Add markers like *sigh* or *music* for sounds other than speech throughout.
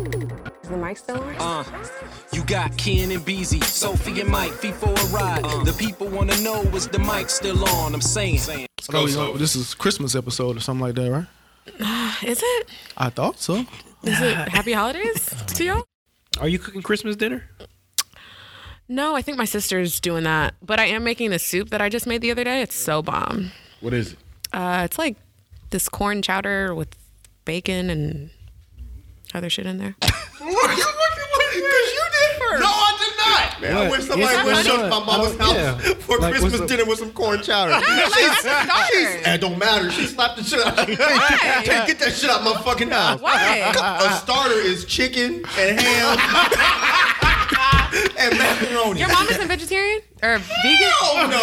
Is the mic still on? Uh, you got Ken and Beezy, Sophie and Mike, feet for a ride. Uh-huh. The people wanna know is the mic still on? I'm saying. I know you know, this is Christmas episode or something like that, right? Is it? I thought so. Is it happy holidays to y'all? Are you cooking Christmas dinner? No, I think my sister's doing that. But I am making the soup that I just made the other day. It's so bomb. What is it? Uh, it's like this corn chowder with bacon and other shit in there. *laughs* *laughs* Look at what you did first. No, I did not. Man, I What? wish It's somebody not would funny. show up to my mama's I don't- house yeah. for Like, what's Christmas the- dinner with some corn chowder. That's not She's- starter. It don't matter. She slapped the shit out of me. *laughs* Take- Get that shit out my fucking house. Why? A starter is chicken and ham *laughs* and macaroni. Your mom is a vegetarian or vegan? *laughs* Hell no.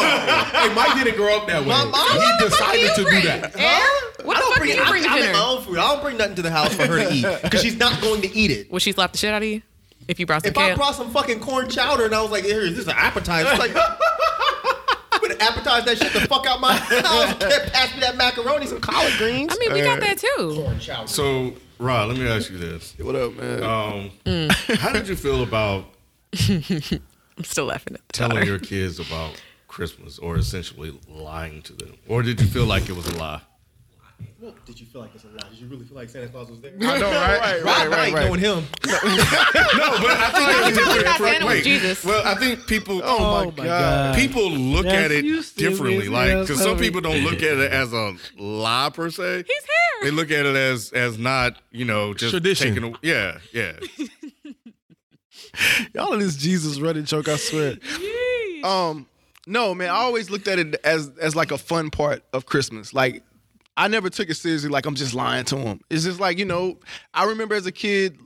Hey, Mike didn't grow up that way. My mom- he What the fuck do decided you to do bring? that. Eh? What I the don't fuck do bring you I- bring to I make dinner? my own food. I don't bring nothing to the house for her to eat because she's not going to eat it. Would she slap the shit out of you if you brought some If I kale? brought some fucking corn chowder and I was like, here, this is an appetizer. It's like, I'm gonna appetize that shit the fuck out *laughs* my house. Can't pass me that macaroni, some collard greens. I mean, we got that too. So, Rod, let me ask you this. What up, man? Um, How did you feel about I'm still laughing at that. telling your kids about Christmas or essentially lying to them? Or did you feel like it was a lie? Did you feel like it's a lie? Did you really feel like Santa Claus was there? I know, right? right, right, right. knowing him. No, but *laughs* I think talking *laughs* about Santa was Jesus. Well, I think people Oh my god. people look Yes, at it you stupid. differently. Like, Yes, because some homie. people don't look at it as a lie per se. He's They here. look at it as as not, you know, just Tradition. Taking a, yeah, yeah. Y'all of this Jesus running joke, I swear. Um, no, man, I always looked at it as as like a fun part of Christmas. Like I never took it seriously like I'm just lying to him. It's just like, you know, I remember as a kid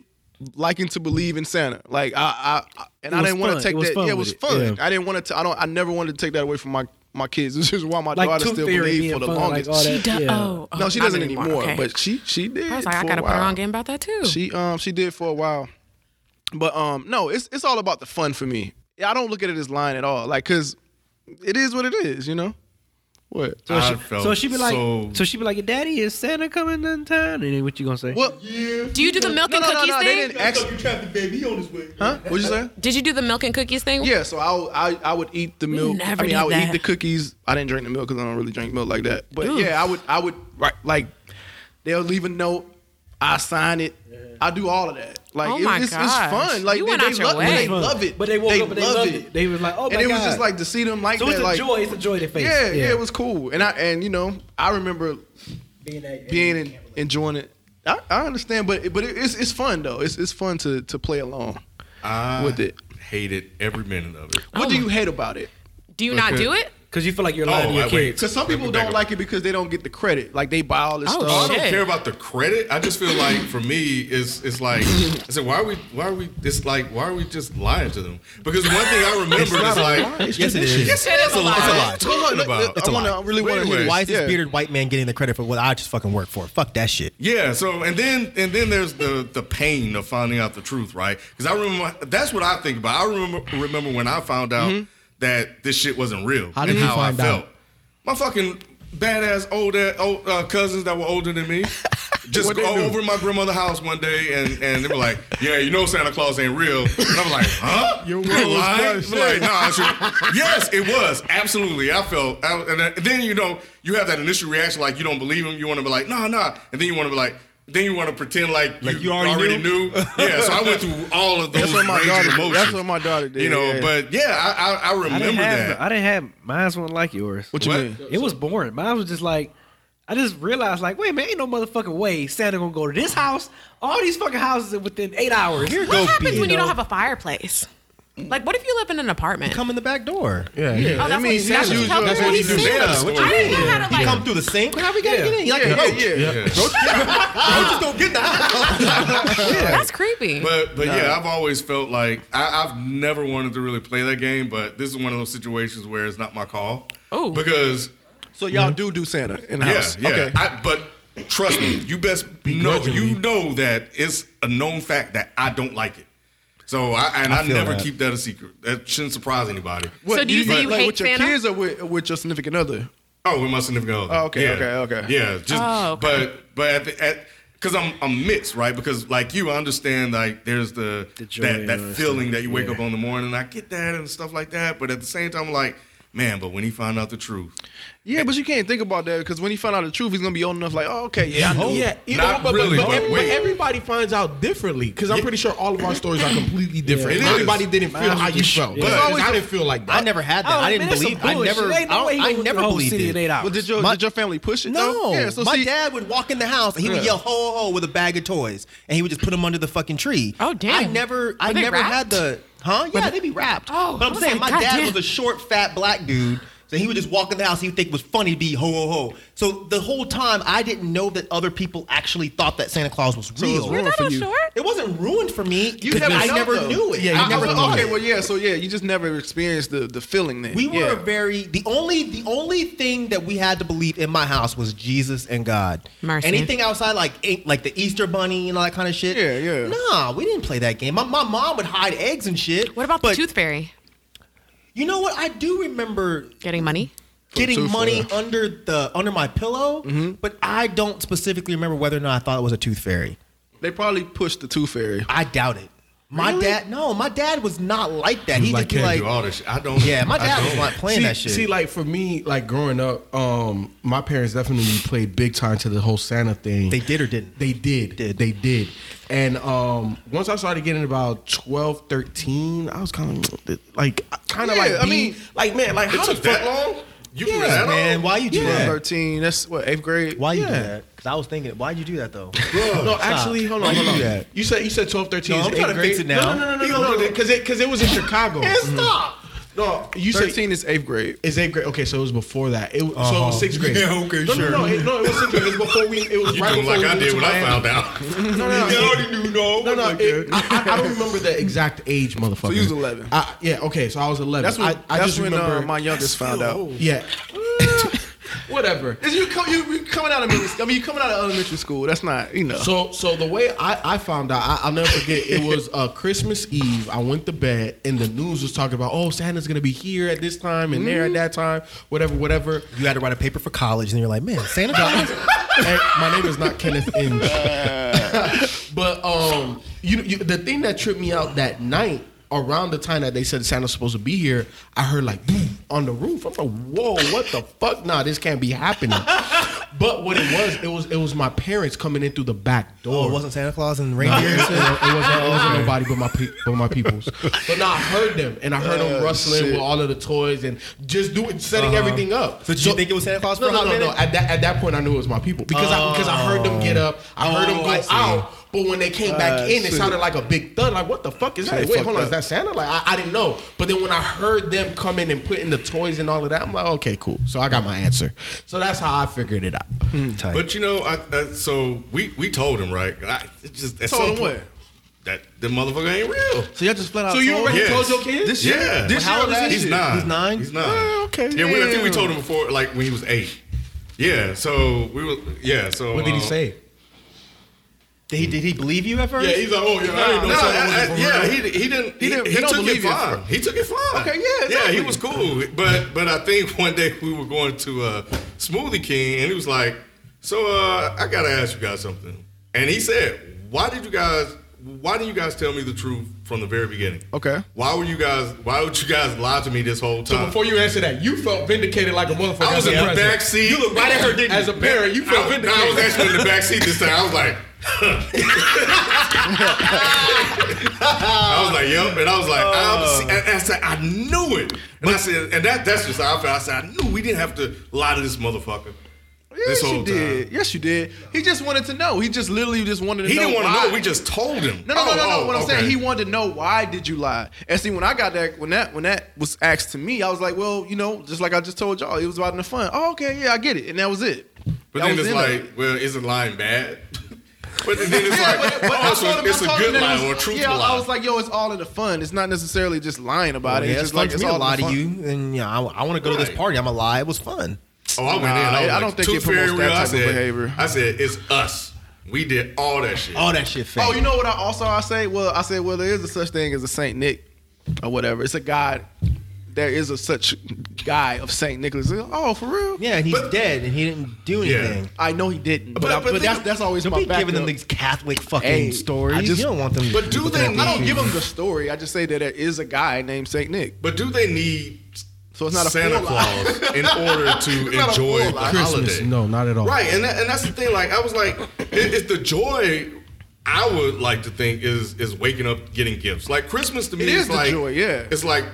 liking to believe in Santa. Like I I, I and It I was didn't want fun. to take It was that fun yeah, it with was it. fun. Yeah. I didn't want to I don't I never wanted to take that away from my my kids. *laughs* This is why my daughter still believes for the longest. She does. Oh, oh, no, she not doesn't anymore, okay. but she she did. I was like, I for a gotta put her while. on game about that too. She um she did for a while, but um no, it's it's all about the fun for me. I don't look at it as lying at all, like cause it is what it is, you know. What? I So, felt she be like, so, so, she be like, "Daddy, is Santa coming in town?" And then what you gonna say? Uh, What? do you do the milk No, and no, no, cookies no. They thing? didn't ask. you trapped the baby. He on his way. Huh? What'd you say? Did you do the milk and cookies thing? Yeah. So I I I would eat the milk. never I mean, did I would that. eat the cookies. I didn't drink the milk because I don't really drink milk like that. But Ooh. yeah, I would I would right like they'll leave a note. I sign it. I do all of that. Like Oh it- my it's, it's gosh. fun. Like You they, went they out your love, way. they Fun. love it. But they woke they up and they love loved it. They was like, "Oh my and it was God." just like to see them like So that. it's a like, joy. It's a joy to face. Yeah, yeah, it was cool. And I and you know, I remember being, that, being and enjoying it. I, I understand, but it- but it, it's it's fun though. It's it's fun to to play along I with it. hated every minute of it. What do you hate about it? Do you not do it? because you feel like you're lying Oh, to your I- wait. kids. Because some Let me people back don't up. like it because they don't get the credit. Like they buy all this Oh, stuff. I don't Shit. care about the credit. I just feel like for me, it's it's *laughs* like I said, why are we why are we it's like why are we just lying to them? Because one thing I remember is like Yes, it is. yes, It is a lie. It's a lie. What are you talking about? I wanna, I really Wait want a to hear minute. this. Why yeah. white man getting the credit for what I just fucking work for? Fuck that shit. Yeah. So and then and then there's the the pain of finding out the truth, right? Because I remember that's what I think about. I remember remember when I found out that this shit wasn't real Mm-hmm. How did and you how find I out? felt. My fucking badass older old, uh, cousins that were older than *laughs* me. Just go over to my grandmother's house one day and, and they were like, Yeah, you know Santa Claus ain't real. And I was like, Huh? You're lying? I'm like, nah, it's real." Yes, it was. Absolutely. I felt I, and then- and then you know, you have that initial reaction like you don't believe him, you wanna be like, nah, nah. And then you wanna be like then you want to pretend like, Like you already knew. Yeah, so I went through all of those That's what my range daughter. of emotions. That's what my daughter did. you know, yeah. but yeah, I I, I I didn't remember have. that. I didn't have. Mine's wasn't like yours. what you What? mean? It was boring. Mine was just like, I just realized, like, wait, man, ain't no motherfucking way Santa gonna go to this house. All these fucking houses are within eight hours. Here What happens when you don't have a fireplace? Like, what if you live in an apartment? Come in the back door. Yeah. yeah. oh, that's what, means that's what you usual- tell that's them. what He you do. said- Yeah, what you I didn't know how to like. Come through the sink. How we gotta get in? Yeah, yeah, yeah. I'm just gonna get in the house. That's creepy. *laughs* But but yeah, I've always felt like I, I've never wanted to really play that game, but this is one of those situations where it's not my call. Oh. because So y'all do do Santa in the yeah, house. yeah. Okay. I, but trust me, you best know you know that it's a known fact that I don't like it. So I and I, never keep that a secret. That shouldn't surprise anybody. So do you think you like hate with your Santa? kids or with, with your significant other? Oh, with my significant other. Oh, okay, yeah. okay, okay. Yeah, just Oh, okay. but but at the, at because I'm I'm mixed, right? Because like you, I understand like there's the, The joy that that of it, feeling that you wake yeah. up on the morning. I get that and stuff like that, but at the same time, I'm like, man, but when he found out the truth, Yeah, but you can't think about that because when he find out the truth, he's gonna be old enough. Like, oh, okay, yeah, I know. Yeah, you know, Not but, but- really, but, but every- but wait. everybody finds out differently because I'm pretty sure all of our stories are completely different. It is. Everybody didn't feel Mine's how you was felt. different. Because Yeah. I didn't feel like that. I never had that. Oh, I didn't man, that's some believe. I bullshit. never. I, Ain't no way he I gonna never do the whole believed city it. in eight hours. But did your My- did your family push it? No, though? yeah. So my see, dad would walk in the house and he would Yeah. yell "ho ho" ho with a bag of toys, and he would just put them under the fucking tree. Oh, damn. I never, I Were they never had wrapped? the huh? Yeah, they'd be wrapped. Oh, but I I'm was saying like, my God dad damn. was a short, fat black dude, so he would just walk in the house. He would think it was funny to be "ho ho ho." So the whole time, I didn't know that other people actually thought that Santa Claus was it real. was ruined for you. It wasn't ruined for me. You because never I know, never though. knew it. Yeah, you I- I never was know. on Okay, it. well, yeah. So yeah, you just never experienced the the feeling then. We were yeah. a very the only the only thing that we had to believe in my house was Jesus and God. Mercy. Anything outside like eh, like the Easter bunny and all that kind of shit. Yeah, yeah. Nah, we didn't play that game. My, my mom would hide eggs and shit. What about but the tooth fairy? You know what? I do remember Getting money? getting tooth money fairy. under the under my pillow, but I don't specifically remember whether or not I thought it was a tooth fairy. They probably pushed the tooth fairy. I doubt it. My dad, no, my dad was not like that. He was just like, be "Can't like, do all this. Shit. I don't. yeah, my I dad don't. was not playing see, that shit. see, like for me, like growing up, um, my parents definitely played big time to the whole Santa thing. They did or didn't? They did. Did. They did. And um, once I started getting about 12, 13, I was kind of like, kind of Yeah, like, I I mean, mean, like man, like It how the took that fuck? long. You Yeah, were that man, old? why you do Yeah. that? Thirteen. That's what eighth grade. Why you do Yeah. that? Because I was thinking, why you do that though? No, actually, hold on, hold on. You said you said 12, 13. No, is I'm trying eighth to fix grade? it now. No, no, no, no, no, no, because it because it was in Chicago. Stop. No, you said Thirteen is eighth grade. Is eighth grade? Okay, so it was before that. It was, So it was sixth grade. Uh-huh. *laughs* Yeah, okay, no, sure. No, no, it, no, it was sixth grade. It was before we. It was You right doing before like we I moved did to when I Miami. found out. *laughs* No, no, no. You it- already knew, no. No, no, Like, it, yeah. I, I- I don't remember the exact age, motherfucker. you was 11. I, yeah, okay, so I was eleven. That's when. I, I that's just when remember uh, my youngest found out. Yeah. *laughs* Whatever. Is you come you you coming out of middle, I mean you coming out of elementary school. That's not you know. So, so the way I, I found out, I, I'll never forget. It was uh, Christmas Eve. I went to bed, and the news was talking about, oh, Santa's gonna be here at this time and Mm-hmm. there at that time, whatever, whatever. You had to write a paper for college, and you're like, man, Santa *laughs* Claus. Hey, my name is *laughs* not Kenneth Inge. but um, you, you, the thing that tripped me out that night, around the time that they said Santa's supposed to be here, I heard like boom on the roof. I'm like, whoa, what the fuck? Nah, this can't be happening. but what it was, it was it was my parents coming in through the back door. oh, it wasn't Santa Claus and *laughs* reindeer. It wasn't, it wasn't- it wasn't nobody but my pe- but my peoples. But now I heard them and I heard them rustling with all of the toys and just doing setting everything up. So did you think it was Santa Claus for No, a no, hot no, no. minute? At that at that point, I knew it was my people because I because I heard them get up, I heard them Oh, go I see. Ah, out. But when they came back in, it sounded like a big thud. Like what the fuck is that? Wait, hold on, is that Santa? Like I, I didn't know. But then when I heard them come in and put in the toys and all of that, I'm like, okay, cool. So I got my answer. So that's how I figured it out. But you know, I, I, so we we told him right. I, it just at Told some him point, That the motherfucker ain't real. So y'all just flat out. So you told- already Yes. told your kids? This year, Yeah. this How year, old is this he? He's year. nine. He's nine? He's nine. Oh, okay, Yeah, we, I think we damn. told him before, like when he was eight. Yeah. So we were. Yeah. So What did he um, say? Did he, did he believe you at first? Yeah, he's like, oh yeah, I didn't know Nah, Santa I- was I- for yeah, real. he, he didn't. He, don't- he, he don't took it believe you at fine. first. He took it fine. Okay, yeah, yeah, exactly. he was cool. But but I think one day we were going to uh, Smoothie King, and he was like, so uh, I gotta ask you guys something. And he said, why did you guys? Why didn't you guys tell me the truth from the very beginning? Okay. Why were you guys? Why would you guys lie to me this whole So time? before you answer that, you felt vindicated like a motherfucker. I was as a in the president. back seat. You look right at her, didn't As a parent, you I, felt was- vindicated. I was actually in the back seat this time. I was like, *laughs* I was like, yup, and I was like, I'm, Oh. see, and I said, I knew it, and I said, and that that's just how I felt. I said, I knew we didn't have to lie to this motherfucker. Yes, this whole you did. time, Yes, you did. He just wanted to know. He just literally just wanted to he know. didn't want why. to know. We just told him. No, no, no, Oh, no, no. oh, what I'm okay. saying, he wanted to know why did you lie? And see, when I got that, when that, when that was asked to me, I was like, well, you know, just like I just told y'all, it was about in the fun. Oh, okay, yeah, I get it, and that was it. But That then was it's the end of like, it. well, isn't lying bad? *laughs* but then it's Yeah, like, but, but I oh, so told him- I it's a told him good that it lie was- or a truthful yeah, lie. I was like, yo, it's all in the fun. It's not necessarily just lying about it. yeah, It's it's just fun like it's for me all to lie in the to fun. you, and yeah, I, want to go to this Right. party. I'm a lie. It was fun. Oh, I went in. Nah, I, was I like, don't think it Tooth Fairy promotes that Real. I type of said- behavior. I said it's us. We did all that shit. All that shit fake. Oh, you know what? I also I say, well, I say, well, there is a such thing as a Saint Nick, or whatever. It's a god there is a such guy of Saint Nicholas. Oh, for real? Yeah, and he's But- dead, and he didn't do Yeah. anything. I know he didn't, but, But- I, but but, think- that's that's always Don't my be giving backup. them these Catholic fucking Hey, stories. I just- you don't want them. But do looking they- at these I don't things. *laughs* give them the story. I just say that there is a guy named Saint Nick. But do they need So it's not a Santa full lie. *laughs* Claus in order to enjoy full the lie. Christmas. holiday? No, not at all. Right, and that, and that's the thing. Like I was like, it, it's the joy. I would like to think is is waking up getting gifts. Like Christmas to me It is the like joy, yeah. It's like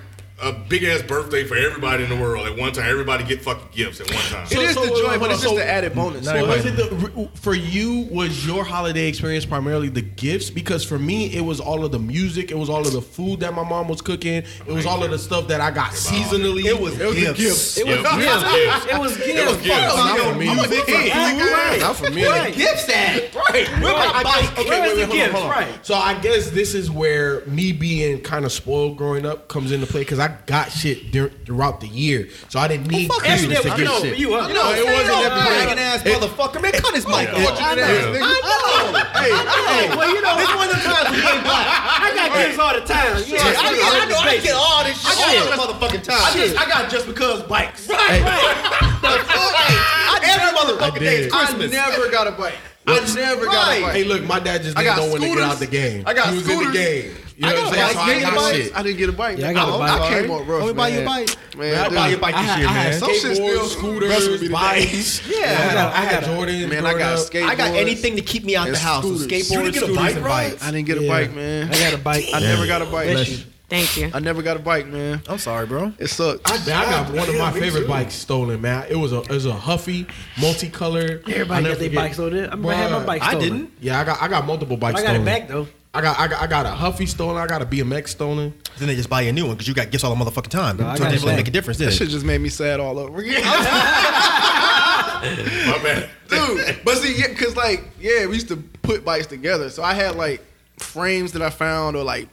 a big ass birthday for everybody in the world at one time. Everybody get fucking gifts at one time. It is so- the joy, but it's just so- the added bonus. So was it the, for you? Was your holiday experience primarily the gifts? Because for me, it was all of the music. It was all of the food that my mom was cooking. It was all of the stuff that I got seasonally. It was, gifts. It was *laughs* gifts. It was It was gifts. gifts. Not for me. Right. Not for me. Where the gifts at? Right. Where my I guess- bike? okay, Where's wait, the wait, hold on, gifts? hold on. Right. So I guess this is where me being kind of spoiled growing up comes into play because I got shit dur- throughout the year, so I didn't need Every day, Christmas to I know, get but shit. you up. You know, it wasn't every day. bragging ass motherfucker. Man, cut his mic oh, yeah. off. I know. Yeah. I know. Hey, well, you know, it's one of the times we ain't black. I got gifts all the time. You Yeah, know, I, get, I know. I get all this shit all Shit. the motherfucking time. I, just, I got just because bikes. Right, right. the fuck? I every motherfucking day is Christmas. I never got a bike. I never got a Right. bike. Hey, look, my dad just I didn't got know when to get scooters. out the game. I got he was in the scooters. game. You know what I'm I got saying? bikes. So I got I, shit. didn't get a bike. Yeah, I got a bike. I came up rough. Let me buy you a man. bike. Man, I dude, buy your bike this I- year, I had man. some shit still Skateboards, wrestling me scooters, today. bikes. Yeah, I had, I had Jordan. man, I got skateboards. I got anything to keep me out the and house. So scooters. skateboards, You didn't scooters, get a and bike ride? bikes. I didn't get a Yeah. bike, man. I got a bike. I never got a bike. Bless you. Thank you. I never got a bike, man. I'm sorry, bro. It sucked. I, I got one of my favorite bikes stolen, man. It was a it was a Huffy, multicolored. I'll Everybody got never their forget. bikes on it. I remember I had my Bruh. bike I stolen. didn't. Yeah, I got I got multiple bikes. I got it stolen. back though. I got, I got I got a Huffy stolen. I got a BMX stolen. Then they just buy you a new one because you got gifts all the motherfucking time. so it I got didn't really that. make a difference, did That it? shit just made me sad all over again. My bad. *laughs* dude. But see, yeah, cause like, yeah, we used to put bikes together. So I had like frames that I found, or like,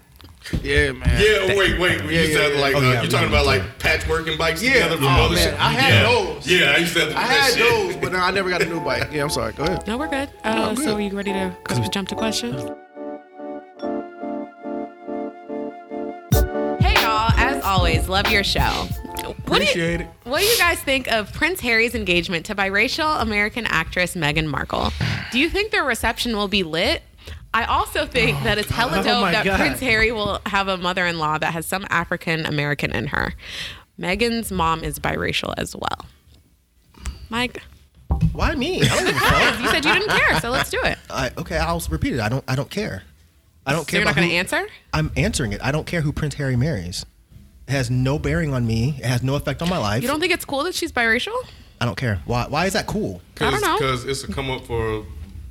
yeah, man. Yeah, wait, wait. We Yeah, used to have yeah, like yeah. uh, Oh, yeah, you're talking about like patchworking bikes Yeah. together from Oh, other man, shit. I had yeah. those. Yeah, I used to have. To I do that had shit. those, but no, I never got a new bike. Yeah, I'm sorry. Go ahead. No, we're good. Oh, Uh, so, are you ready to go- jump to questions? Hey y'all, as always, love your show. What do you- Appreciate it. What do you guys think of Prince Harry's engagement to biracial American actress Meghan Markle? Do you think their reception will be lit? I also think that it's hella Oh, dope my that God. Prince Harry will have a mother in law that has some African American in her. Meghan's mom is biracial as well. Mike, Why me? I don't give a fuck. you said you didn't care, so let's do it. I, okay, I'll repeat it. I don't. I don't care. I don't So care. you're not about going who- to answer? I'm answering it. I don't care who Prince Harry marries. It has no bearing on me. It has no effect on my life. You don't think it's cool that she's biracial? I don't care. Why? Why is that cool? I don't know. Because it's a come up for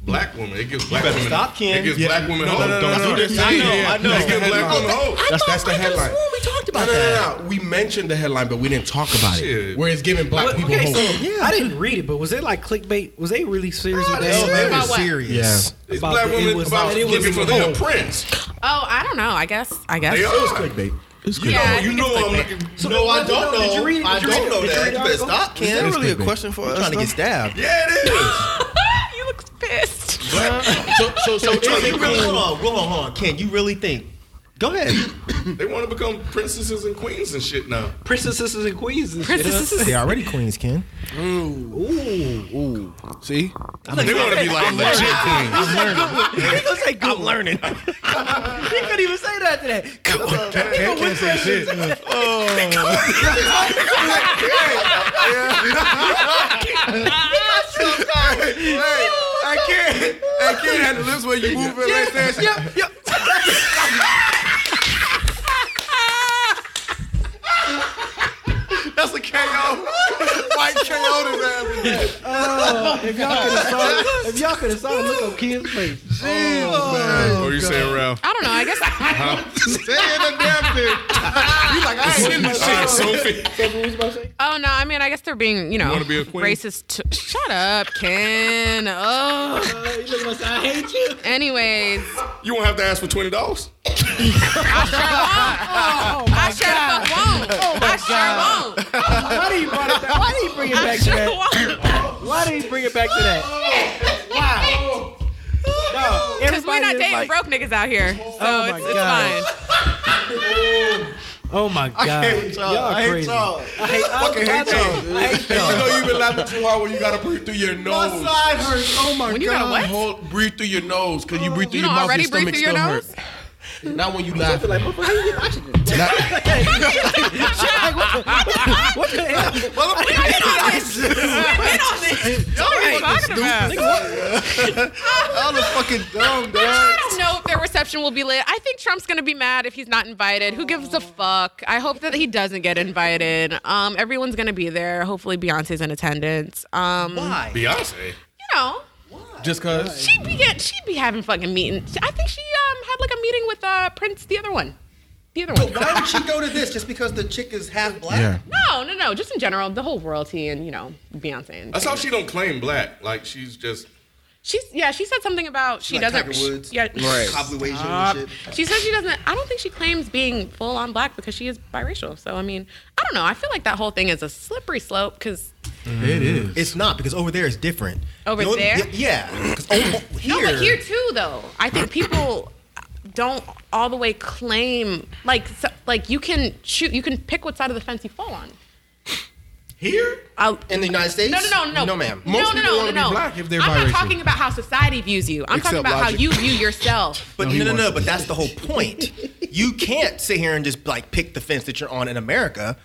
black women. It gives black women. stop, Ken. It gives Yeah. black women No, hope. no, no, no. I know, no, I know. It gives black women hope. That's that's the I could've headline. sworn we talked about no, no, that. No, no, We mentioned the headline, but we didn't talk about Shit. it. Where it's giving black But, people okay, so hope. Yeah. I didn't read it, but was it like clickbait? Was they really serious with No, that? they About were what? serious. It's About black the- it women was- about it was giving for the their hope. prince. Oh, I don't know. I guess. I guess. They are. clickbait. It's Yeah, I No, think you it's know I'm. clickbait. not- No, I don't Did you read it? know. Did I you read don't it? know Did you that. You read the better article? stop, Ken. It's clickbait. for We're trying to get stabbed. Yeah, it is. *laughs* you look pissed. So *laughs* so so is Ken, it you really- Hold cool? on, hold on, hold on. Ken, you really think? Go ahead. They want to become princesses and queens and shit now. Princesses and queens. And shit. Princesses. They're already queens, Ken. See, They want to be like legit queens. I'm learning. He gonna say good I'm learning. one. He couldn't even say that today. Good one. He gonna whisper that shit. I can't. I can't handle this way you move it like that. *laughs* Yep, yep. That's a KO. White KO his ass. If y'all could have saw, if y'all could have saw the look on Ken's face, What are you saying, Ralph? I don't know. I guess. Uh-huh. Saying the damn thing. You like I ain't in this All right, shit. Sophie. *laughs* Oh no. I mean, I guess they're being, you know, wanna be a queen? racist. T- Shut up, Ken. *laughs* Oh. he looked like I hate Uh, you. Oh Anyways, You won't have to ask for twenty dollars. uh, I sure fuck won't. Oh I sure won't. *laughs* Why do you bring it back? Why do you bring it I back to sure that? won't. Why do you bring it back to that? Wow. No, Because we're everybody not is dating like, broke niggas out here, so Oh, my it's, it's God. fine. Oh my god. I hate y'all. I hate y'all. I hate y'all. fucking hate y'all. I hate You y'all. know you've been laughing too hard when you gotta breathe through your My nose. side hurts. Oh my When you god. got a what? Oh, Hold, breathe through your nose, cause you breathe through You don't your mouth. already your breathe stomach through your nose? still *laughs* hurt. Not when you laugh. Like, motherfucker, how you get oxygen? Like, what the- what the hell? Y'all are fucking dumb, dog. I don't know if their reception will be lit. I think Trump's gonna be mad if he's not invited. Who gives a fuck? I hope that he doesn't get invited. Um, everyone's gonna be there. Hopefully, Beyonce's in attendance. Um, Why? Beyonce. you know, Just cause. she'd be get, she'd be having fucking meetings. I think she um had like a meeting with uh Prince, the other one, the other one. Why would she go to this just because the chick is half black? No, no, no. Just in general, the whole royalty and you know Beyonce and That's how she don't claim black. Like she's just she's yeah. She said something about she Like doesn't. Tiger Woods, yeah. Cobbly Stop. and shit. Uh, She says she doesn't. I don't think she claims being full on black because she is biracial. So I mean, I don't know. I feel like that whole thing is a slippery slope because It is. It's not because over there is different. Over You know, there? y- yeah. 'Cause o- *coughs* o- no, here, but here too though. I think people don't all the way claim like so, like you can shoot you can pick what side of the fence you fall on. here I'll, in the United States. no, no, no, no, no, ma'am. No, Most no, people no, no, wanna be no. black if they're I'm biracial. not talking about how society views you. I'm Except talking about logic. how you view *laughs* yourself. But no, No, he no, no, won't. But that's the whole point. you can't sit here and just like pick the fence that you're on in America,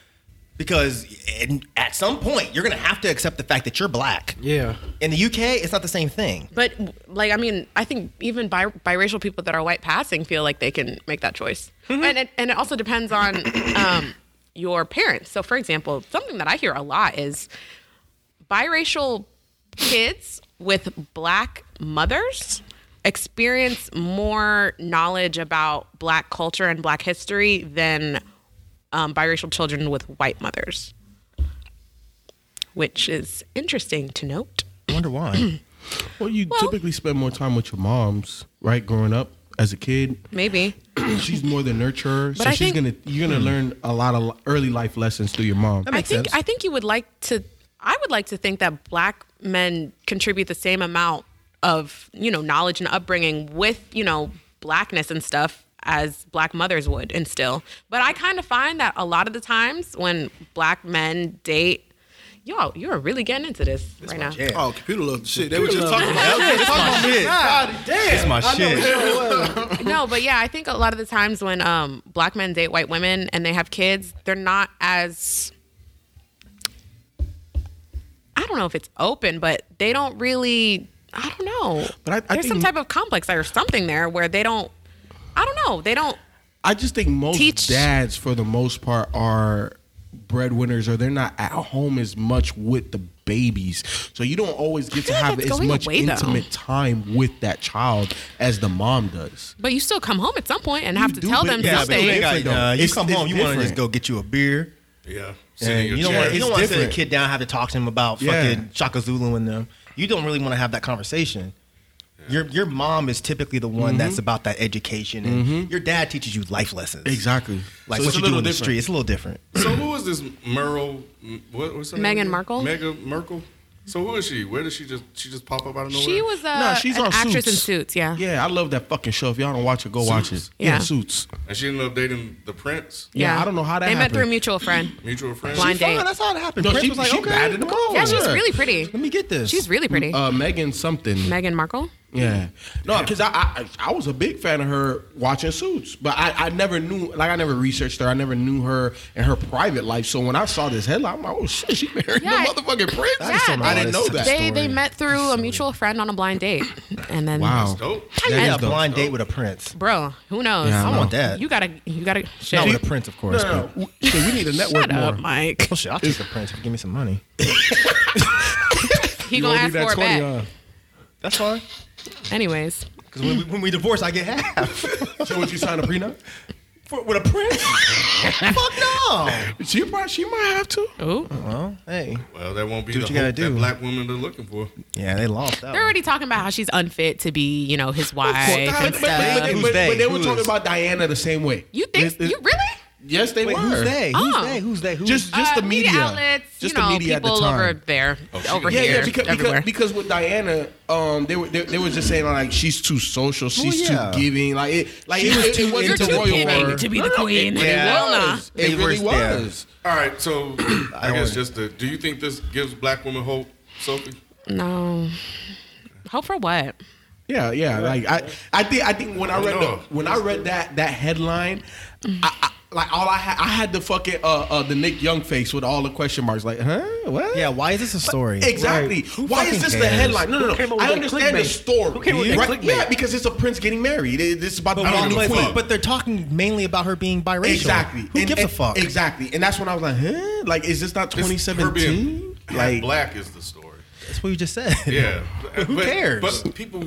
because in- at some point you're gonna have to accept the fact that you're black. Yeah. In the UK, it's not the same thing. But like, I mean, I think even bi- biracial people that are white passing feel like they can make that choice, and it, and it also depends on um, your parents. So, for example, something that I hear a lot is biracial kids with black mothers experience more knowledge about black culture and black history than um, biracial children with white mothers, which is interesting to note. I wonder why. Well, you typically spend more time with your moms, right? Growing up as a kid, *clears throat* Maybe. she's more the nurturer, so I she's think- gonna you're gonna learn a lot of li- early life lessons through your mom. I think I think you would like to. I would like to think that black men contribute the same amount of you know knowledge and upbringing with you know blackness and stuff as black mothers would instill. But I kind of find that a lot of the times when black men date, y'all, you are really getting into this right now. jam. Oh, computer love the shit. They were just talking about. It's my shit. no, but yeah, I think a lot of the times when um, black men date white women and they have kids, they're not as I don't know if it's open, but they don't really. I don't know. But I- I there's some think- type of complex or something there where they don't. I don't know. They don't. I just think most Teach- dads, for the most part, are breadwinners, or they're not at home as much with the babies. So you don't always get to feel like have that's as going much away, though. intimate time with that child as the mom does. But you still come home at some point and have to do, tell but- them yeah, but something. they got- Like, uh, you It's- come it's home, you want to just different. go get you a beer. yeah. Sitting in And your you don't want chair. you don't It's want to sit a different. kid down and have to talk to him about Yeah. fucking Shaka Zulu and them. You don't really want to have that conversation. Your your mom is typically the one that's about that education, and your dad teaches you life lessons. Exactly. Like So what it's a you do little in the different. street. It's a little different. So who is this Merle? m- What, what's her name? Meghan again? Markle? Meghan Merkel. So who is she? Where did she just she just pop up out of nowhere? She was a Nah, she's Uh, an on actress in Suits. Suits. Yeah. Yeah, I love that fucking show. If y'all don't watch it, go watch Suits? it. Yeah. Yeah, suits. and she ended up dating the prince, Yeah, I don't know how that They met happened. through a mutual friend, mutual friend. blind date. that's how it happened. No, Prince she- was like, she okay, bad in the cool. mall. Yeah, she's Yeah. really pretty. Let me get this. She's really pretty. Uh, Megan something. Meghan Markle. Yeah. No, because I, I I was a big fan of her watching Suits, but I, I never knew like I never researched her. I never knew her and her private life. So when I saw this headline, I'm like, oh shit, she married Yeah, I- the motherfucking prince. yeah, saw my I didn't know honest that. They they met through a mutual friend on a blind date, and then Wow. Dope. I had is a dope. blind date with a prince. Bro, who knows? Yeah, I I No. want that. You gotta, you gotta. Shit. Not with a prince, of course. No, but- no, no. So we need to network Shut more. up, Mike. Oh shit, I'll take the prince if you give me some money. He gonna ask for it back. That's fine. uh, Anyways, Because when, we- when we divorce, I get *laughs* half. So would you sign a prenup? For, with a prince? *laughs* Fuck no. She probably she might have to. ooh, Oh. Well, hey. Well, that won't be Do the what you gotta hope do. that black women are looking for. Yeah, they lost that. they're already talking about how she's unfit to be, you know, his wife But, and but- but- but- stuff. but- Who's but they? they were Who talking is? about Diana the same way. You think It- it- you really? Oh. Yes, they Wait, were. who's they? Who's they? Who's they? Who's Just, just Uh, the media. outlets, just you know, the media at the people time. over there, over Oh, yeah, here, yeah, because, everywhere. because because with Diana, um, they were they, they were just saying like she's too social, she's yeah. too giving, like it, like it, was too You're into too royal giving order. to be the queen. It, Yeah. really Well, was. nah. It, It really was, yeah. was. All right, *coughs* so I guess just the. Do you think this gives black women hope, Sophie? no. Hope for what? Yeah, yeah. Like I, I think I think when I read the, know. when I read that that headline, I, I, like all I had I had the fucking uh, uh the Nick Young face with all the question marks. Like, huh? What? Yeah, why is this a story? Exactly. Right. Who Why fucking is this the cares? headline? No, no, came no. up I with that understand the clickbait? story. Who came up with that Right? Yeah, clickbait? because it's a prince getting married. It- This is about But, the but, don't give a but- fuck. but they're talking mainly about her being biracial. Exactly. Who and, gives and- a fuck? Exactly. And that's when I was like, huh? Like, is this not It's her being 2017? Like, black is the story. That's what you just said. Yeah. *laughs* Who but, cares? But people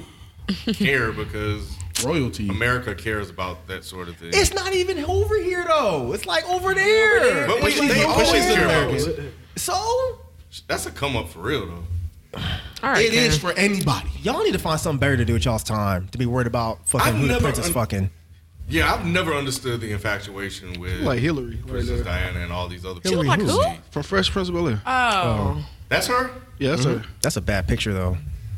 care because royalty. America cares about that sort of thing. It's not even over here though. It's like over there. but we, It's like they over always there. care about Americans. it. So That's a come up for real though. All right. It Karen. is for anybody. y'all need to find something better to do with y'all's time to be worried about fucking I've who the never prince is un- fucking. Yeah, I've never understood the infatuation with Like Hillary right there. Princess Diana and all these other She look like who? From Fresh Prince of Bel Air. Oh. That's her. yeah, that's her. That's a bad picture though.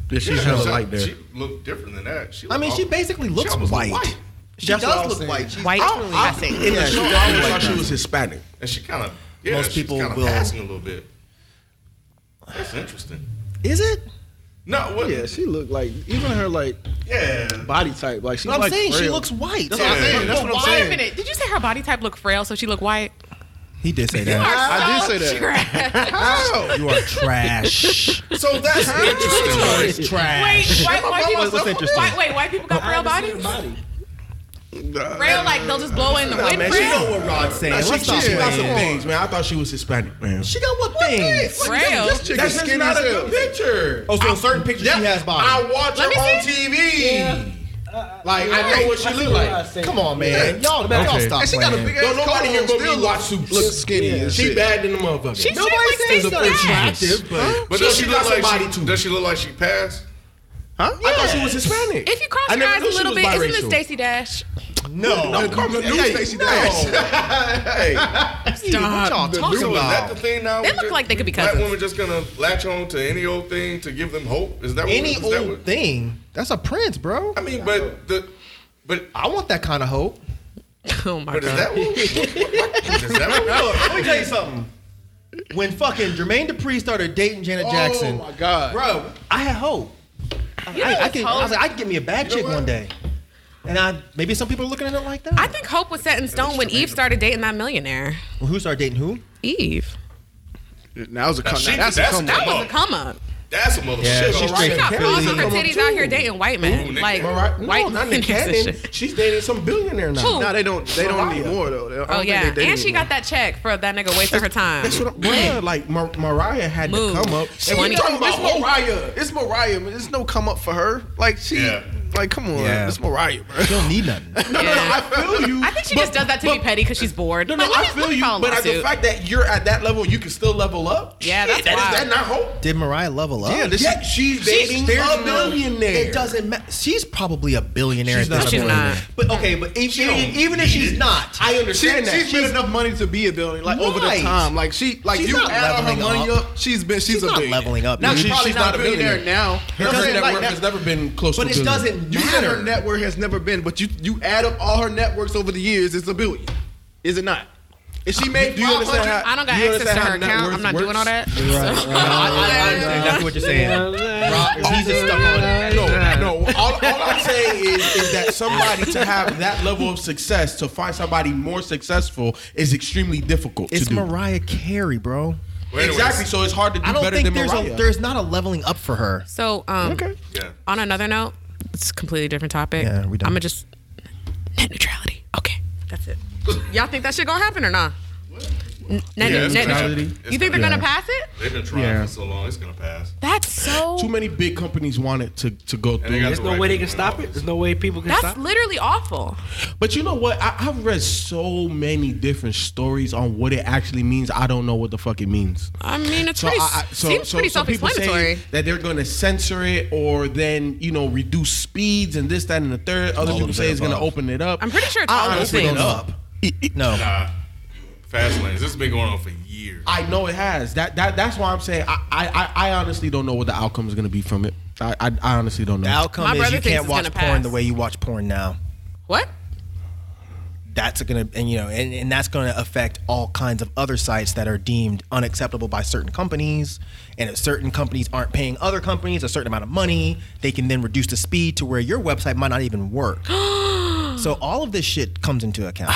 Yeah, she's Yeah, hella she- like She that. looked different than that. She I mean, looked she all- basically she looks almost looked white. She That's what I does was look saying. white. She's White I- passing. in the show, I always thought she was Hispanic. and she kind of yeah, Most most people people kind of will- passing a little bit. That's interesting. Is it? No, what? Yeah, she looked like even her like yeah. body type. Like she's But I'm like saying she frail. looks white. what I'm saying. That's what I'm Wait saying. a minute. Did you say her body type looked frail, so she looked white? He did say that. I did *laughs* say that. *laughs* you are trash. So that's interesting. It's Wait, trash. white, white people. What's interesting? White, wait, white people got frail bodies. Frail, like they'll just blow in the wind. Man, she frail. know what Rod's saying. Nah, she, Let's stop she got some playing. things, man. I thought she was Hispanic, man. She got what things? Frail. This chick That's is just skinny not a as good hell. picture. Oh, so in certain pictures she has I body. watch her Let me on see. Uh, TV. Like I know what she look like. Come on, man. Y'all, man, y'all Okay. stop And she got a playing. big Don't ass nobody here but but me watch who look looks skinny and She shit. bad than the motherfucker. She's Nobody like says she's a bitch trash. attractive, but, But she, does she she got look like somebody she, too. Does she look like she passed? huh? I thought she was Hispanic. If you cross I your never eyes a knew she little was bit, isn't this biracial. Stacy Dash? No, No, Carmen, no, Hey, Stacey no. Dash. What y'all talking So is that about? the thing now? They We look just- like they could be Black cousins. women just gonna latch on to any old thing to give them hope? Is that what, Any is that old what- thing. That's a prince, bro. I mean, but the but I want that kind of hope. Oh my but is god. that what? what- is that what? *laughs* Look, let me tell you something. When fucking Jermaine Dupri started dating Janet Jackson, Oh my god. bro, I had hope. You know I, I, what's can, I hope? was like, I can get me a bad chick one day, and I maybe some people are looking at it like that. I think hope was set in stone when Eve started dating that millionaire. well, who started dating who? Eve. Now was a Now, come. she- now that's a that's- come. That Come was on. a come up. That's a motherfucker. Yeah, she's She straight. got Kelly. balls on her Come on, titties too. out here dating white men. Ooh, nigga. like Mariah- no, white *laughs* not Nick and Cannon. shit. She's dating some billionaire now. Who? Nah, they don't. They don't Mariah. anymore though. They- I don't Oh think yeah, they dating and she got that check for that nigga wasting her time. That's what I'm, bruh, like Mar- Mariah had Move. to come up. She And we wanted- talking about It's hope. Mariah. It's Mariah. Man. There's no come up for her. Like she. Yeah. Like come on. Yeah. It's Mariah, bro. You don't need nothing. *laughs* No, no, no, I feel you. I think she but- just does that to but- be petty because she's bored. No, no, Like, let I me just- feel let me you. file a But at the lawsuit. fact that you're at that level, you can still level up. Yeah, shit, that's that is that wild. not hope. Did Mariah level up? Yeah, this Yeah, she's dating there's a no- billionaire. It doesn't matter. She's probably a billionaire. She's at not this a point. billionaire. But okay, but even, don't even if she's not, I She, understand that. she's made enough money to be a billionaire, like over the Right. time. Like she, like She's you not add all her leveling money up. up. She's been, she's, She's a not billionaire. leveling up, Now dude. she's She's probably not not a a billionaire billionaire. now. her doesn't net like worth that- has never been close But to it billion. doesn't You said matter. her net worth has never been, but you you add up all her networks over the years, it's a billion. Is it not? If she made Do you five understand hundred, how- I don't got you access to understand her how net account. worth I'm not doing works? all that. *laughs* I understand exactly what you're saying. Rob, he's just stuck on it. No, no. All, all I'm saying is, is that somebody to have that level of success to find somebody more successful is extremely difficult It's to do. Mariah Carey, bro. Well, anyways, Exactly. So it's hard to do I don't better think than there's Mariah. a there's not a leveling up for her. So, um, Yeah. on another note, it's a completely different topic. Yeah, we done. I'm gonna just net neutrality. Okay, that's it. Y'all think that shit gonna happen or not? N- net, Yeah, net it's gonna happen. neutrality. It's You think they're gonna- gonna pass it? They've been trying Yeah. for so long. It's gonna pass. That's so. Too many big companies want it to, to go through. they got it. the No right way they people can in stop it. office. There's no way people can That's stop. it. literally awful. But you know what? I, I've read so many different stories on what it actually means. I don't know what the fuck it means. I mean, it's So, pretty, I, I, so, seems so, pretty so people self-explanatory. say that they're going to censor it, or then you know reduce speeds and this, that, and the third. Other All people of say the it's going to above. open it up. I'm pretty sure it's all I those honestly don't things. know. No, Nah. Fast lanes. This has been going on for years. I know it has. That that that's why I'm saying I I, I I honestly don't know what the outcome is going to be from it. I, I I honestly don't know. The outcome My is brother you thinks can't it's watch gonna porn pass. the way you watch porn now. What? That's gonna and you know and, and that's gonna affect all kinds of other sites that are deemed unacceptable by certain companies. And if certain companies aren't paying other companies a certain amount of money, they can then reduce the speed to where your website might not *gasps* even work. so all of this shit comes into account.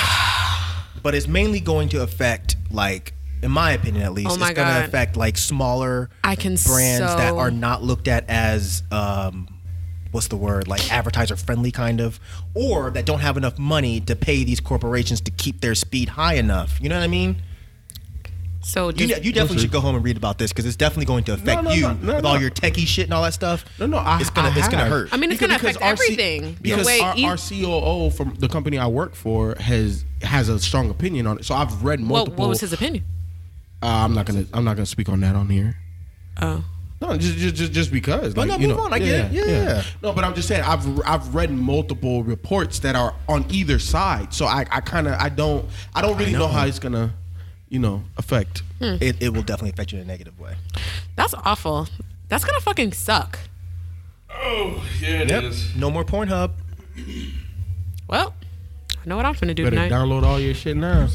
but it's mainly going to affect like in my opinion at least Oh my it's going God. to affect like smaller I can brands that so- are not looked at as um what's the word like advertiser friendly kind of or that don't have enough money to pay these corporations to keep their speed high enough you know what i mean So you, just, you definitely should go home and read about this because it's definitely going to affect no, you no, no, with all no. your techie shit and all that stuff No, no, I, it's gonna I it's gonna have. hurt I mean, it's gonna affect our C- everything. The Because way our, you- our COO from the company I work for has has a strong opinion on it. So I've read what, multiple. what was his opinion? Uh, I'm not gonna I'm not gonna speak on that on here. Oh. No, just just just, just because. Like, no, you move know, on, I get it. Yeah. No, but I'm just saying I've I've read multiple reports that are on either side, so I I kind of I don't I don't really know. how it's gonna you know affect. it, it will definitely affect you in a negative way That's awful. That's gonna fucking suck. Oh, yeah, it is. no more pornhub Well, I know what I'm finna do Better tonight. download all your shit *laughs* now. *laughs*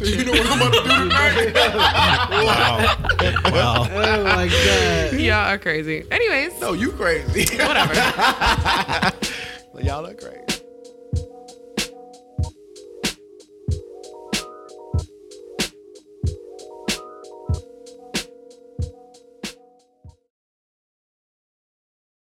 Oh my god. Oh, Y'all are crazy. Anyways. *laughs* No, you crazy. Whatever. Y'all are crazy.